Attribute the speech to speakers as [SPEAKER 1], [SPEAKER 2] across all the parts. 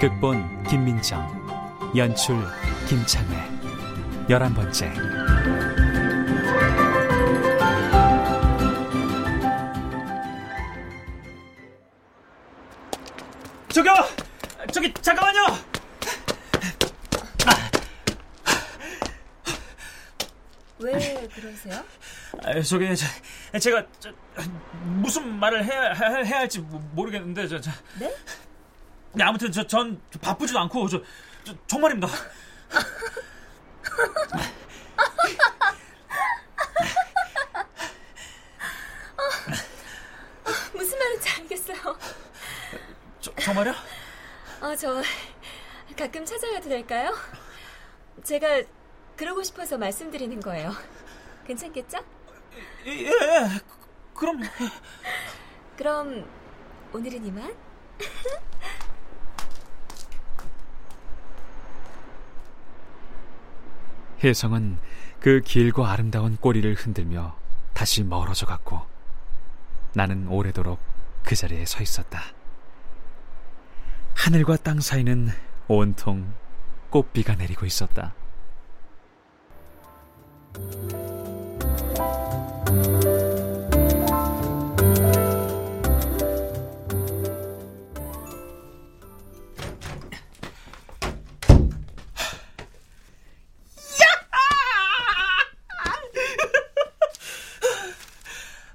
[SPEAKER 1] 극본 김민정 연출 김창회 열한 번째
[SPEAKER 2] 저기요! 저기 잠깐만요!
[SPEAKER 3] 왜 그러세요?
[SPEAKER 2] 아, 저기 저, 제가 저, 무슨 말을 해야, 해야- 해야 할지 모- 모르겠는데 저, 저.
[SPEAKER 3] 네?
[SPEAKER 2] 네, 아무튼 저, 전 바쁘지도 않고 저, 저 정말입니다.
[SPEAKER 3] 무슨 말인지 알겠어요.
[SPEAKER 2] 저, 정말요?
[SPEAKER 3] 아, 저 가끔 찾아가도 될까요? 제가 그러고 싶어서 말씀드리는 거예요. 괜찮겠죠?
[SPEAKER 2] 예, 예, 그- 그럼
[SPEAKER 3] 그럼 오늘은 이만?
[SPEAKER 1] 혜성은 그 길고 아름다운 꼬리를 흔들며 다시 멀어져 갔고 나는 오래도록 그 자리에 서 있었다. 하늘과 땅 사이는 온통 꽃비가 내리고 있었다.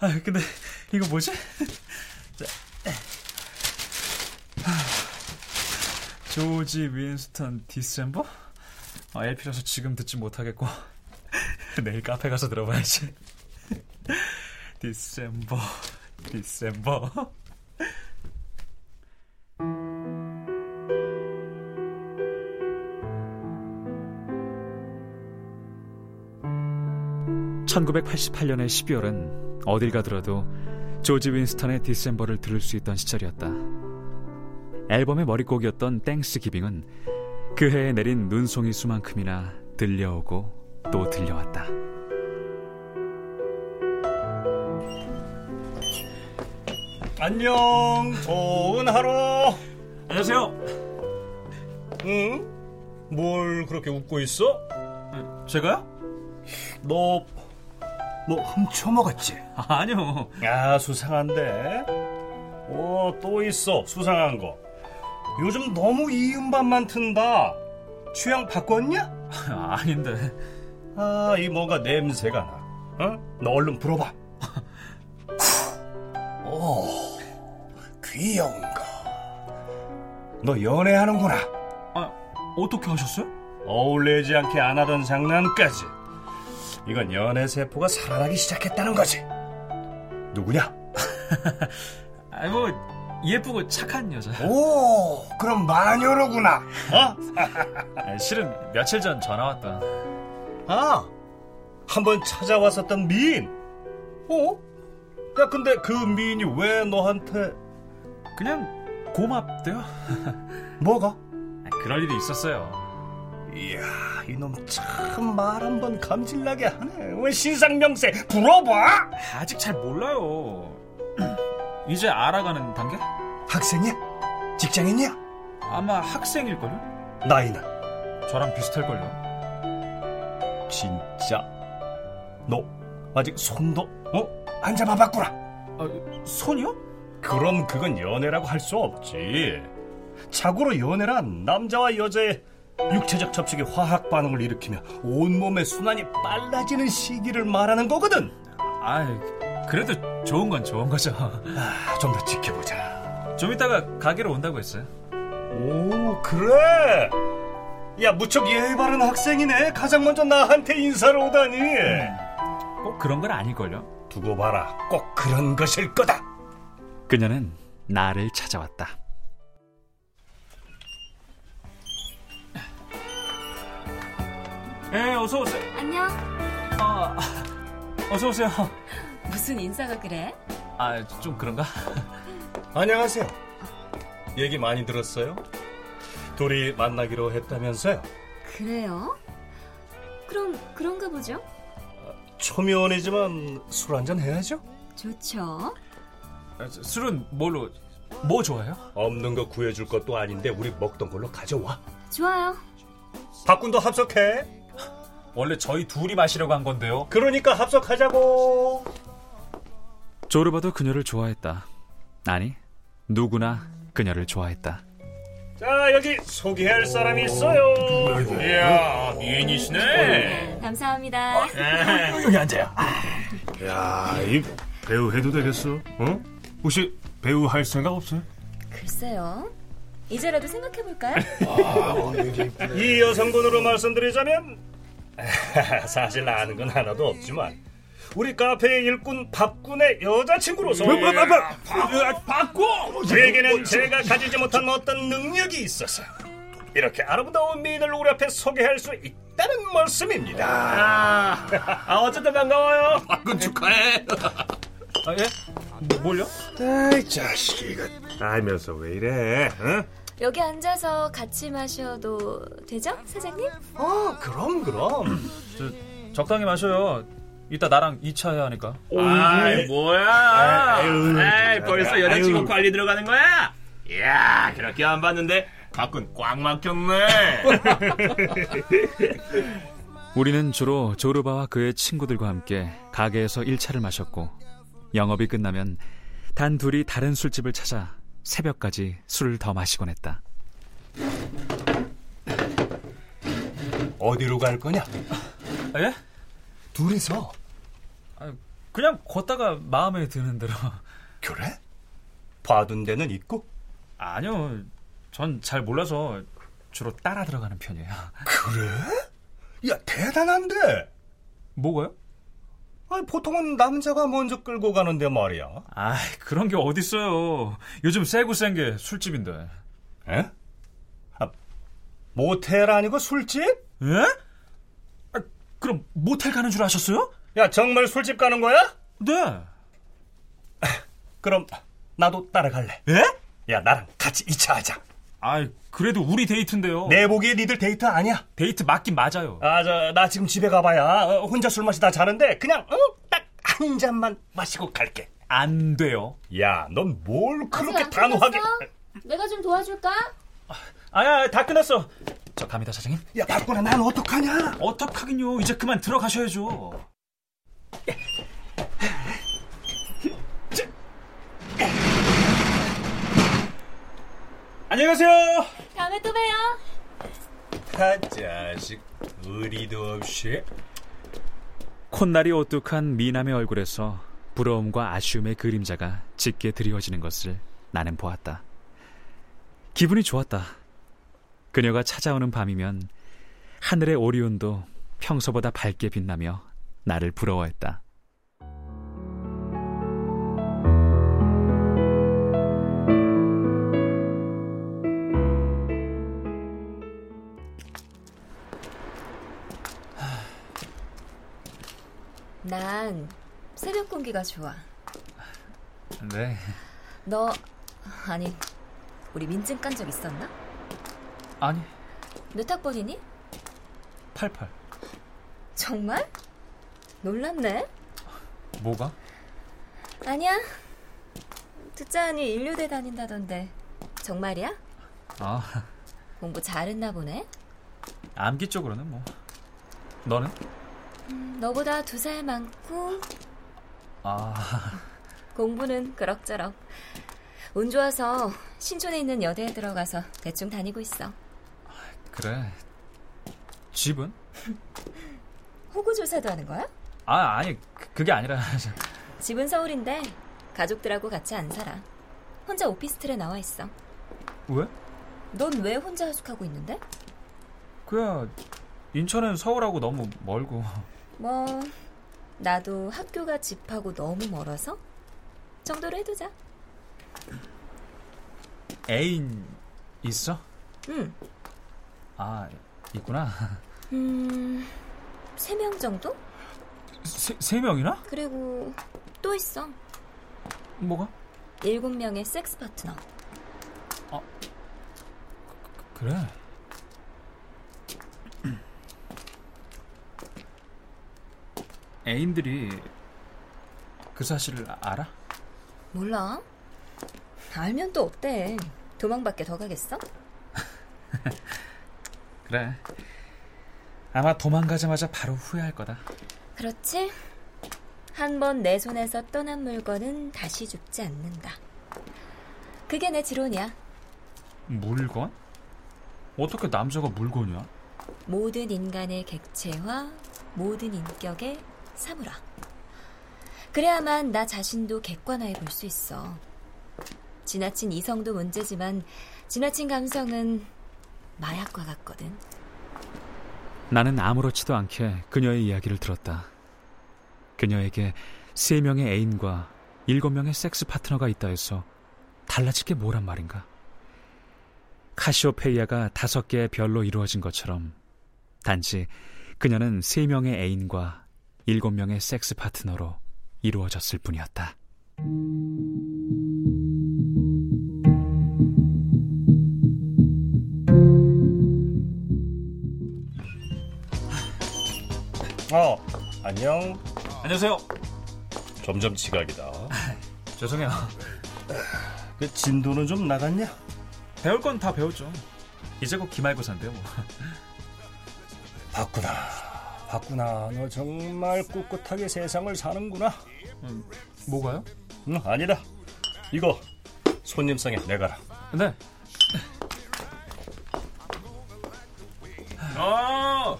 [SPEAKER 2] 아 근데 이거 뭐지? 자. 하. 조지 윈스턴 디셈버? 아, LP라서 지금 듣지 못하겠고 내일 카페 가서 들어봐야지 디셈버 디셈버
[SPEAKER 1] (1988년의 12월은) 어딜 가더라도 조지 윈스턴의 디셈버를 들을 수 있던 시절이었다 앨범의 머릿곡이었던 땡스 기빙은 그 해에 내린 눈송이 수만큼이나 들려오고 또 들려왔다
[SPEAKER 4] 안녕, 좋은 하루.
[SPEAKER 2] 안녕하세요
[SPEAKER 4] 응? 뭘 그렇게 웃고 있어?
[SPEAKER 2] 제가요?
[SPEAKER 4] 너, 뭐 훔쳐먹었지?
[SPEAKER 2] 아, 아니요
[SPEAKER 4] 아, 수상한데? 오, 또 있어, 수상한 거. 요즘 너무 이 음반만 튼다. 취향 바꿨냐?
[SPEAKER 2] 아, 아닌데
[SPEAKER 4] 아, 이 뭔가 냄새가 나. 응? 너 얼른 불어봐. 오, 어, 귀여운 거. 너 연애하는구나.
[SPEAKER 2] 아, 어떻게 하셨어요?
[SPEAKER 4] 어울리지 않게 안 하던 장난까지 이건 연애 세포가 살아나기 시작했다는 거지 누구냐?
[SPEAKER 2] 아니 뭐 예쁘고 착한 여자
[SPEAKER 4] 오 그럼 마녀로구나 어?
[SPEAKER 2] 아, 실은 며칠 전 전화 왔던
[SPEAKER 4] 아 한번 찾아왔었던 미인 어? 야 근데 그 미인이 왜 너한테
[SPEAKER 2] 그냥 고맙대요
[SPEAKER 4] 뭐가?
[SPEAKER 2] 아, 그럴 일이 있었어요
[SPEAKER 4] 이야 이놈 참 말 한번 감질나게 하네 왜 신상명세 불어봐
[SPEAKER 2] 아직 잘 몰라요 이제 알아가는 단계?
[SPEAKER 4] 학생이야? 직장인이야?
[SPEAKER 2] 아마 학생일걸요?
[SPEAKER 4] 나이는?
[SPEAKER 2] 저랑 비슷할걸요?
[SPEAKER 4] 진짜 너 아직 손도 어? 안 잡아봤구나
[SPEAKER 2] 아, 손이요?
[SPEAKER 4] 그럼 그건 연애라고 할 수 없지 자고로 연애란 남자와 여자의 육체적 접촉이 화학 반응을 일으키며 온몸의 순환이 빨라지는 시기를 말하는 거거든
[SPEAKER 2] 아, 그래도 좋은 건 좋은 거죠
[SPEAKER 4] 아, 좀 더 지켜보자
[SPEAKER 2] 좀 이따가 가게로 온다고 했어요
[SPEAKER 4] 오 그래 야 무척 예의 바른 학생이네 가장 먼저 나한테 인사를 오다니
[SPEAKER 2] 꼭 그런 건 아닐걸요?
[SPEAKER 4] 두고 봐라 꼭 그런 것일 거다
[SPEAKER 1] 그녀는 나를 찾아왔다
[SPEAKER 2] 예, 어서 오세요.
[SPEAKER 3] 안녕.
[SPEAKER 2] 아, 어서 오세요.
[SPEAKER 3] 무슨 인사가 그래?
[SPEAKER 2] 아, 좀 그런가?
[SPEAKER 4] 안녕하세요. 얘기 많이 들었어요? 둘이 만나기로 했다면서요?
[SPEAKER 3] 그래요? 그럼 그런가 보죠?
[SPEAKER 4] 초면이지만 술 한잔 해야죠?
[SPEAKER 3] 좋죠.
[SPEAKER 2] 아, 저, 술은 뭘로? 뭐 좋아해요?
[SPEAKER 4] 없는 거 구해줄 것도 아닌데 우리 먹던 걸로 가져와.
[SPEAKER 3] 좋아요.
[SPEAKER 4] 박군도 합석해.
[SPEAKER 2] 원래 저희 둘이 마시려고 한 건데요.
[SPEAKER 4] 그러니까 합석하자고.
[SPEAKER 1] 조르바도 그녀를 좋아했다. 아니, 누구나 그녀를 좋아했다.
[SPEAKER 4] 자 여기 소개할 사람이 있어요. 이야 미인이시네.
[SPEAKER 3] 감사합니다.
[SPEAKER 2] 여기 앉아요.
[SPEAKER 5] 어, 예. 야, 이 배우 해도 되겠어? 어? 혹시 배우 할 생각 없어요?
[SPEAKER 3] 글쎄요. 이제라도 생각해 볼까요?
[SPEAKER 4] 이 여성분으로 말씀드리자면 사실 아는 건 하나도 없지만 우리 카페의 일꾼 박군의
[SPEAKER 2] 음.
[SPEAKER 4] 여자친구로서
[SPEAKER 5] 바꿔!
[SPEAKER 4] 제게는
[SPEAKER 2] 음.
[SPEAKER 4] 제가 가지지 못한 어떤 능력이 있어서 이렇게 아름다운 미인을 우리 앞에 소개할 수 있다는 말씀입니다.
[SPEAKER 2] 아, 어쨌든 반가워요.
[SPEAKER 5] 바꾼 축하해!
[SPEAKER 2] 아, 예? 뭐, 뭘요?
[SPEAKER 5] 아이, 자식이 이거. 알면서 왜 이래? 응?
[SPEAKER 3] 여기 앉아서 같이 마셔도 되죠, 사장님?
[SPEAKER 4] 어, 그럼 그럼.
[SPEAKER 2] 저, 적당히 마셔요. 이따 나랑 2차 해야 하니까.
[SPEAKER 6] 아이 뭐야?
[SPEAKER 5] 아유,
[SPEAKER 6] 에이 벌써 여자친구
[SPEAKER 5] 아유.
[SPEAKER 6] 관리 들어가는 거야? 이야 그렇게 안 봤는데 밖은 꽉 막혔네.
[SPEAKER 1] 우리는 주로 조르바와 그의 친구들과 함께 가게에서 1차를 마셨고 영업이 끝나면 단 둘이 다른 술집을 찾아 새벽까지 술을 더 마시곤 했다.
[SPEAKER 4] 어디로 갈 거냐?
[SPEAKER 2] 아, 예?
[SPEAKER 4] 둘이서.
[SPEAKER 2] 아, 그냥 걷다가 마음에 드는 대로.
[SPEAKER 4] 그래? 봐둔 데는 있고?
[SPEAKER 2] 아니요. 전 잘 몰라서 주로 따라 들어가는 편이에요.
[SPEAKER 4] 그래? 야 대단한데.
[SPEAKER 2] 뭐가요?
[SPEAKER 4] 아니, 보통은 남자가 먼저 끌고 가는데 말이야.
[SPEAKER 2] 아, 그런 게 어딨어요. 요즘 세고 센 게 술집인데.
[SPEAKER 4] 에? 아, 모텔 아니고 술집?
[SPEAKER 2] 예? 아, 그럼 모텔 가는 줄 아셨어요?
[SPEAKER 4] 야 정말 술집 가는 거야?
[SPEAKER 2] 네.
[SPEAKER 4] 그럼 나도 따라갈래.
[SPEAKER 2] 예?
[SPEAKER 4] 야 나랑 같이 2차 하자.
[SPEAKER 2] 아, 그래도 우리 데이트인데요.
[SPEAKER 4] 내 보기에 니들 데이트 아니야.
[SPEAKER 2] 데이트 맞긴 네. 맞아요.
[SPEAKER 4] 아 저 나 지금 집에 가봐야 어, 혼자 술 마시다 자는데 그냥 어? 딱 한 잔만 마시고 갈게.
[SPEAKER 2] 안 돼요.
[SPEAKER 4] 야 넌 뭘
[SPEAKER 3] 아직
[SPEAKER 4] 그렇게
[SPEAKER 3] 안
[SPEAKER 4] 단호하게?
[SPEAKER 3] 끝났어? 네, 내가 좀 도와줄까?
[SPEAKER 2] 아야, 다 끝났어. 저 갑니다, 사장님.
[SPEAKER 4] 야 박구나 난 어떡하냐?
[SPEAKER 2] 어떡하긴요. 이제 그만 들어가셔야죠. 안녕히 가세요.
[SPEAKER 3] 다음에 또 봬요.
[SPEAKER 4] 아 자식 의리도 없이.
[SPEAKER 1] 콧날이 오뚝한 미남의 얼굴에서 부러움과 아쉬움의 그림자가 짙게 드리워지는 것을 나는 보았다. 기분이 좋았다. 그녀가 찾아오는 밤이면 하늘의 오리온도 평소보다 밝게 빛나며 나를 부러워했다.
[SPEAKER 3] 난 새벽 공기가 좋아.
[SPEAKER 2] 네.
[SPEAKER 3] 너 아니 우리 민증 깐 적 있었나?
[SPEAKER 2] 아니,
[SPEAKER 3] 몇 학번이니?
[SPEAKER 2] 88.
[SPEAKER 3] 정말? 놀랍네.
[SPEAKER 2] 뭐가?
[SPEAKER 3] 아니야. 듣자 하니 인류대 다닌다던데 정말이야?
[SPEAKER 2] 아,
[SPEAKER 3] 공부 잘했나 보네.
[SPEAKER 2] 암기 쪽으로는 뭐. 너는?
[SPEAKER 3] 너보다 두 살 많고
[SPEAKER 2] 아,
[SPEAKER 3] 공부는 그럭저럭. 운 좋아서 신촌에 있는 여대에 들어가서 대충 다니고 있어.
[SPEAKER 2] 그래. 집은?
[SPEAKER 3] 호구 조사도 하는 거야?
[SPEAKER 2] 아, 아니, 그- 그게 아니라.
[SPEAKER 3] 집은 서울인데 가족들하고 같이 안 살아. 혼자 오피스텔에 나와 있어.
[SPEAKER 2] 왜?
[SPEAKER 3] 넌 왜 혼자 하숙하고 있는데?
[SPEAKER 2] 그야, 인천은 서울하고 너무 멀고.
[SPEAKER 3] 뭐 나도 학교가 집하고 너무 멀어서 정도로 해두자.
[SPEAKER 2] 애인 있어?
[SPEAKER 3] 응.
[SPEAKER 2] 아, 있구나.
[SPEAKER 3] 음 세 명 정도?
[SPEAKER 2] 세, 세 명이나?
[SPEAKER 3] 그리고 또 있어.
[SPEAKER 2] 뭐가?
[SPEAKER 3] 일곱 명의 섹스 파트너.
[SPEAKER 2] 그래. 애인들이 그 사실을 알아?
[SPEAKER 3] 몰라? 알면 또 어때? 도망밖에 더 가겠어?
[SPEAKER 2] 그래. 아마 도망가자마자 바로 후회할 거다.
[SPEAKER 3] 그렇지? 한 번 내 손에서 떠난 물건은 다시 죽지 않는다. 그게 내 지론이야.
[SPEAKER 2] 물건? 어떻게 남자가 물건이야?
[SPEAKER 3] 모든 인간의 객체와 모든 인격의 사물화. 그래야만 나 자신도 객관화해 볼 수 있어. 지나친 이성도 문제지만 지나친 감성은 마약과 같거든.
[SPEAKER 1] 나는 아무렇지도 않게 그녀의 이야기를 들었다. 그녀에게 세 명의 애인과 일곱 명의 섹스 파트너가 있다 해서 달라질 게 뭐란 말인가? 카시오페이아가 다섯 개의 별로 이루어진 것처럼 단지 그녀는 세 명의 애인과 일곱 명의 섹스 파트너로 이루어졌을 뿐이었다.
[SPEAKER 4] 어, 안녕.
[SPEAKER 2] 안녕하세요.
[SPEAKER 4] 점점 지각이다.
[SPEAKER 2] 죄송해요.
[SPEAKER 4] 그 진도는 좀 나갔냐?
[SPEAKER 2] 배울 건 다 배웠죠. 이제 곧 기말고사인데요. 뭐.
[SPEAKER 4] 봤구나. 봤구나. 너 정말 꿋꿋하게 세상을 사는구나.
[SPEAKER 2] 뭐가요?
[SPEAKER 4] 응, 아니다. 이거 손님상에 내가라.
[SPEAKER 2] 네.
[SPEAKER 7] 아!
[SPEAKER 6] 어,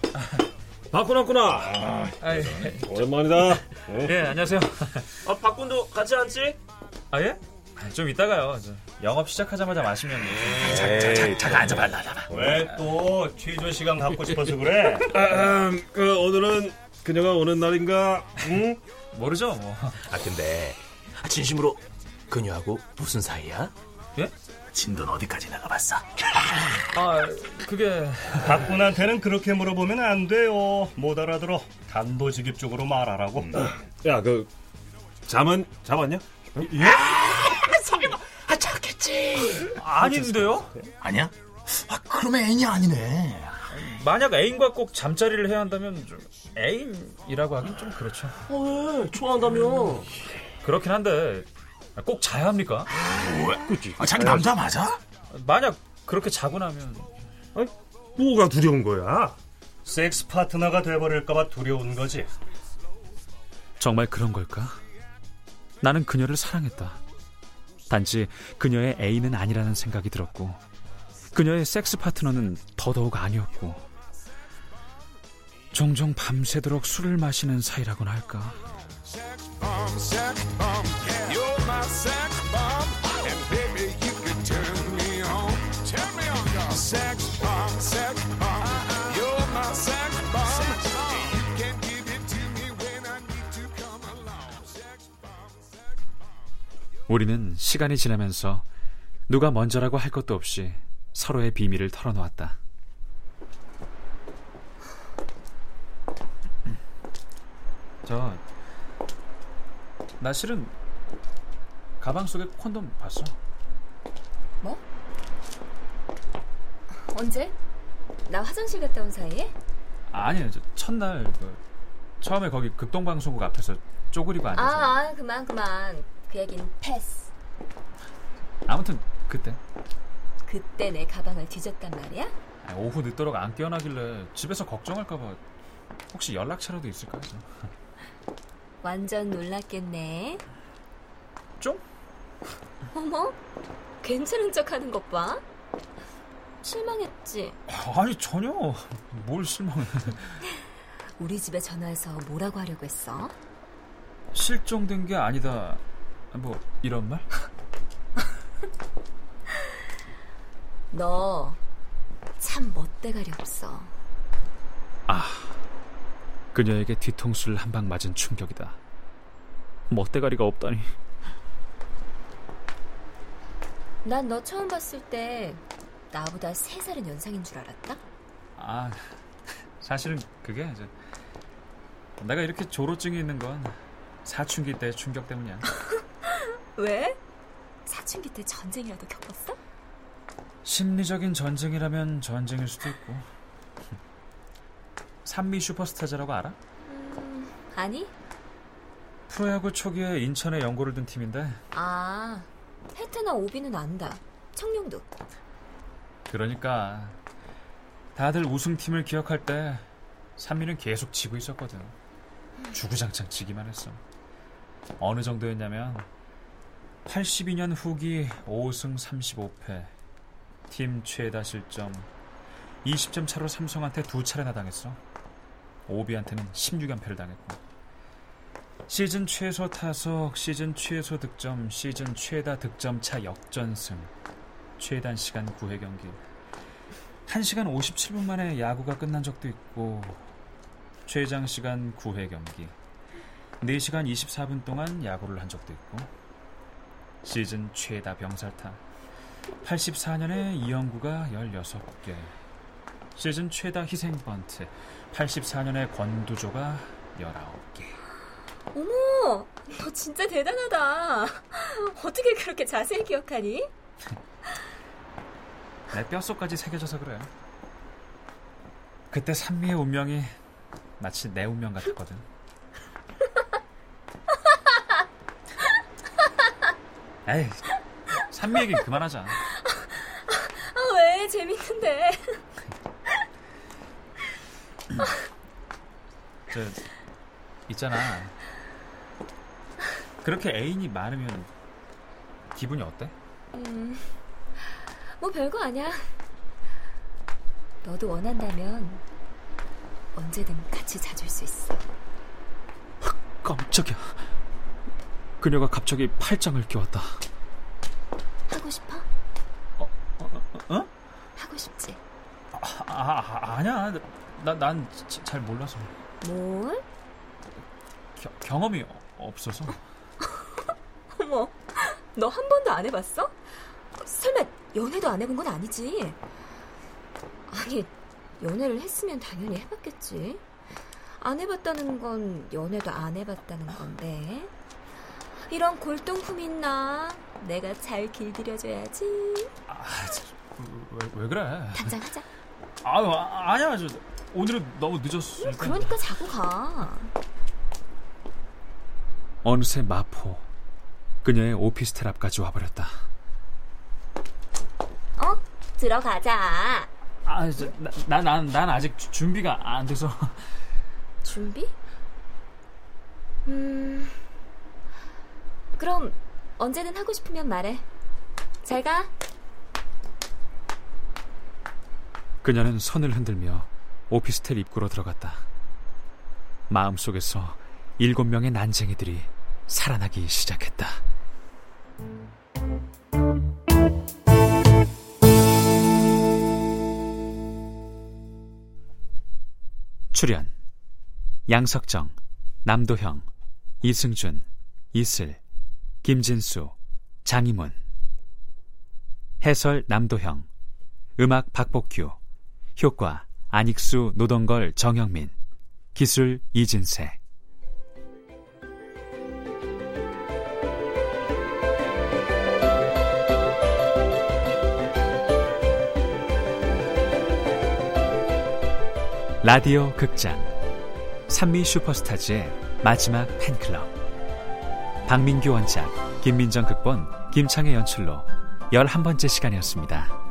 [SPEAKER 5] 바꾸났구나.
[SPEAKER 2] 아, 예.
[SPEAKER 5] 오랜만이다.
[SPEAKER 7] 네.
[SPEAKER 2] 예, 안녕하세요.
[SPEAKER 6] 아, 박군도 같이 앉지?
[SPEAKER 2] 아 예? 좀 이따가요. 저 영업 시작하자마자 마시면 뭐. 돼요.
[SPEAKER 4] 왜 또 취조 시간 갖고 싶어서 그래?
[SPEAKER 5] 그 오늘은 그녀가 오는 날인가? 응?
[SPEAKER 2] 모르죠, 뭐.
[SPEAKER 7] 아 근데 진심으로 그녀하고 무슨 사이야?
[SPEAKER 2] 예?
[SPEAKER 7] 진도는 어디까지 나가봤어?
[SPEAKER 2] 아, 그게
[SPEAKER 4] 박군한테는 그렇게 물어보면 안 돼요. 못 알아들어. 단도직입적으로 말하라고.
[SPEAKER 5] 야, 그 잠은 잡았냐?
[SPEAKER 7] 아 작겠지.
[SPEAKER 2] 아닌데요?
[SPEAKER 7] 아니야? 아 그럼 애인이 아니네.
[SPEAKER 2] 만약 애인과 꼭 잠자리를 해야 한다면 좀 애인이라고 하긴 좀 그렇죠.
[SPEAKER 7] 어, 좋아한다며.
[SPEAKER 2] 그렇긴 한데 꼭 자야 합니까?
[SPEAKER 7] 아 자기 남자 맞아?
[SPEAKER 2] 만약 그렇게 자고 나면
[SPEAKER 5] 뭐가 두려운 거야?
[SPEAKER 4] 섹스 파트너가 돼버릴까봐 두려운 거지.
[SPEAKER 1] 정말 그런 걸까? 나는 그녀를 사랑했다. 단지 그녀의 애인은 아니라는 생각이 들었고, 그녀의 섹스 파트너는 더더욱 아니었고, 종종 밤새도록 술을 마시는 사이라고나 할까?
[SPEAKER 8] You're my sex bomb, and baby, you can turn me on. Turn me on, y'all. Sex bomb, sex bomb. You're my sex bomb. And you can give it to me when I need to come along. Sex bomb, sex
[SPEAKER 1] 우리는 시간이 지나면서 누가 먼저라고 할 것도 없이 서로의 비밀을 털어놓았다.
[SPEAKER 2] 저, 나 실은 가방 속에 콘돔 봤어.
[SPEAKER 3] 뭐? 언제? 나 화장실 갔다 온 사이에?
[SPEAKER 2] 아니요, 저 첫날 그 처음에 거기 극동방송국 앞에서 쪼그리고
[SPEAKER 3] 아,
[SPEAKER 2] 앉아서
[SPEAKER 3] 아 그만 그만. 그 얘긴 패스.
[SPEAKER 2] 아무튼 그때
[SPEAKER 3] 그때 내 가방을 뒤졌단 말이야?
[SPEAKER 2] 아니, 오후 늦도록 안 깨어나길래 집에서 걱정할까봐 혹시 연락처라도 있을까 해서
[SPEAKER 3] 완전 놀랐겠네.
[SPEAKER 2] 좀?
[SPEAKER 3] 어머, 괜찮은 척하는 것 봐. 실망했지.
[SPEAKER 2] 아니 전혀 뭘 실망해
[SPEAKER 3] 우리 집에 전화해서 뭐라고 하려고 했어?
[SPEAKER 2] 실종된 게 아니다 뭐 이런 말?
[SPEAKER 3] 너 참 멋대가리 없어.
[SPEAKER 1] 그녀에게 뒤통수를 한 방 맞은 충격이다. 멋대가리가 없다니.
[SPEAKER 3] 난 너 처음 봤을 때 나보다 세 살은 연상인 줄 알았다.
[SPEAKER 2] 아 사실은 그게 이제 내가 이렇게 조로증이 있는 건 사춘기 때 충격 때문이야.
[SPEAKER 3] 왜? 사춘기 때 전쟁이라도 겪었어?
[SPEAKER 2] 심리적인 전쟁이라면 전쟁일 수도 있고. 산미 슈퍼스타즈라고 알아?
[SPEAKER 3] 아니?
[SPEAKER 2] 프로야구 초기에 인천에 연고를 둔 팀인데
[SPEAKER 3] 아, 해트나 오비는 안다. 청룡도.
[SPEAKER 2] 그러니까 다들 우승팀을 기억할 때 산미는 계속 지고 있었거든. 주구장창 지기만 했어. 어느 정도였냐면 82년 후기 5승 35패, 팀 최다 실점, 20점 차로 삼성한테 두 차례나 당했어. 오비한테는 16연패를 당했고. 시즌 최소 타석, 시즌 최소 득점, 시즌 최다 득점 차 역전승. 최단 시간 9회 경기. 1시간 57분 만에 야구가 끝난 적도 있고 최장 시간 9회 경기. 4시간 24분 동안 야구를 한 적도 있고 시즌 최다 병살타. 84년에 이영구가 16개. 시즌 최다 희생번트. 84년에 권두조가 19개.
[SPEAKER 3] 어머, 너 진짜 대단하다. 어떻게 그렇게 자세히 기억하니?
[SPEAKER 2] 내 뼛속까지 새겨져서 그래. 그때 산미의 운명이 마치 내 운명 같았거든. 에이, 산미 얘기 그만하자.
[SPEAKER 3] 아, 왜? 재밌는데.
[SPEAKER 2] 저 있잖아. 그렇게 애인이 많으면 기분이 어때?
[SPEAKER 3] 뭐 별거 아니야. 너도 원한다면 언제든 같이 자줄 수 있어.
[SPEAKER 1] 깜짝이야. 그녀가 갑자기 팔짱을 껴왔다.
[SPEAKER 3] 하고 싶어?
[SPEAKER 2] 어?
[SPEAKER 3] 하고 싶지.
[SPEAKER 2] 아, 아 아니야. 난 잘 몰라서
[SPEAKER 3] 뭘?
[SPEAKER 2] 겨- 경험이 없어서.
[SPEAKER 3] 어머, 너 한 번도 안 해봤어? 설마 연애도 안 해본 건 아니지? 아니, 연애를 했으면 당연히 해봤겠지. 안 해봤다는 건 연애도 안 해봤다는 건데. 이런 골동품 있나? 내가 잘 길들여줘야지.
[SPEAKER 2] 왜, 왜 그래?
[SPEAKER 3] 당장 하자.
[SPEAKER 2] 아유, 아, 아니야. 저, 오늘은 너무 늦었어.
[SPEAKER 3] 그러니까 자고 가.
[SPEAKER 1] 어느새 마포. 그녀의 오피스텔 앞까지 와버렸다.
[SPEAKER 3] 어? 들어가자.
[SPEAKER 2] 아, 저, 나, 나, 난, 난 아직 주- 준비가 안 돼서.
[SPEAKER 3] 준비? 음. 그럼 언제든 하고 싶으면 말해. 잘 가.
[SPEAKER 1] 그녀는 손을 흔들며 오피스텔 입구로 들어갔다. 마음속에서 일곱 명의 난쟁이들이 살아나기 시작했다. 출연 양석정, 남도형, 이승준, 이슬, 김진수, 장희문 해설 남도형 음악 박복규, 효과 안익수 노동걸 정영민, 기술 이진세. 라디오 극장 산미 슈퍼스타즈의 마지막 팬클럽 박민규 원작, 김민정 극본, 김창의 연출로 11번째 시간이었습니다.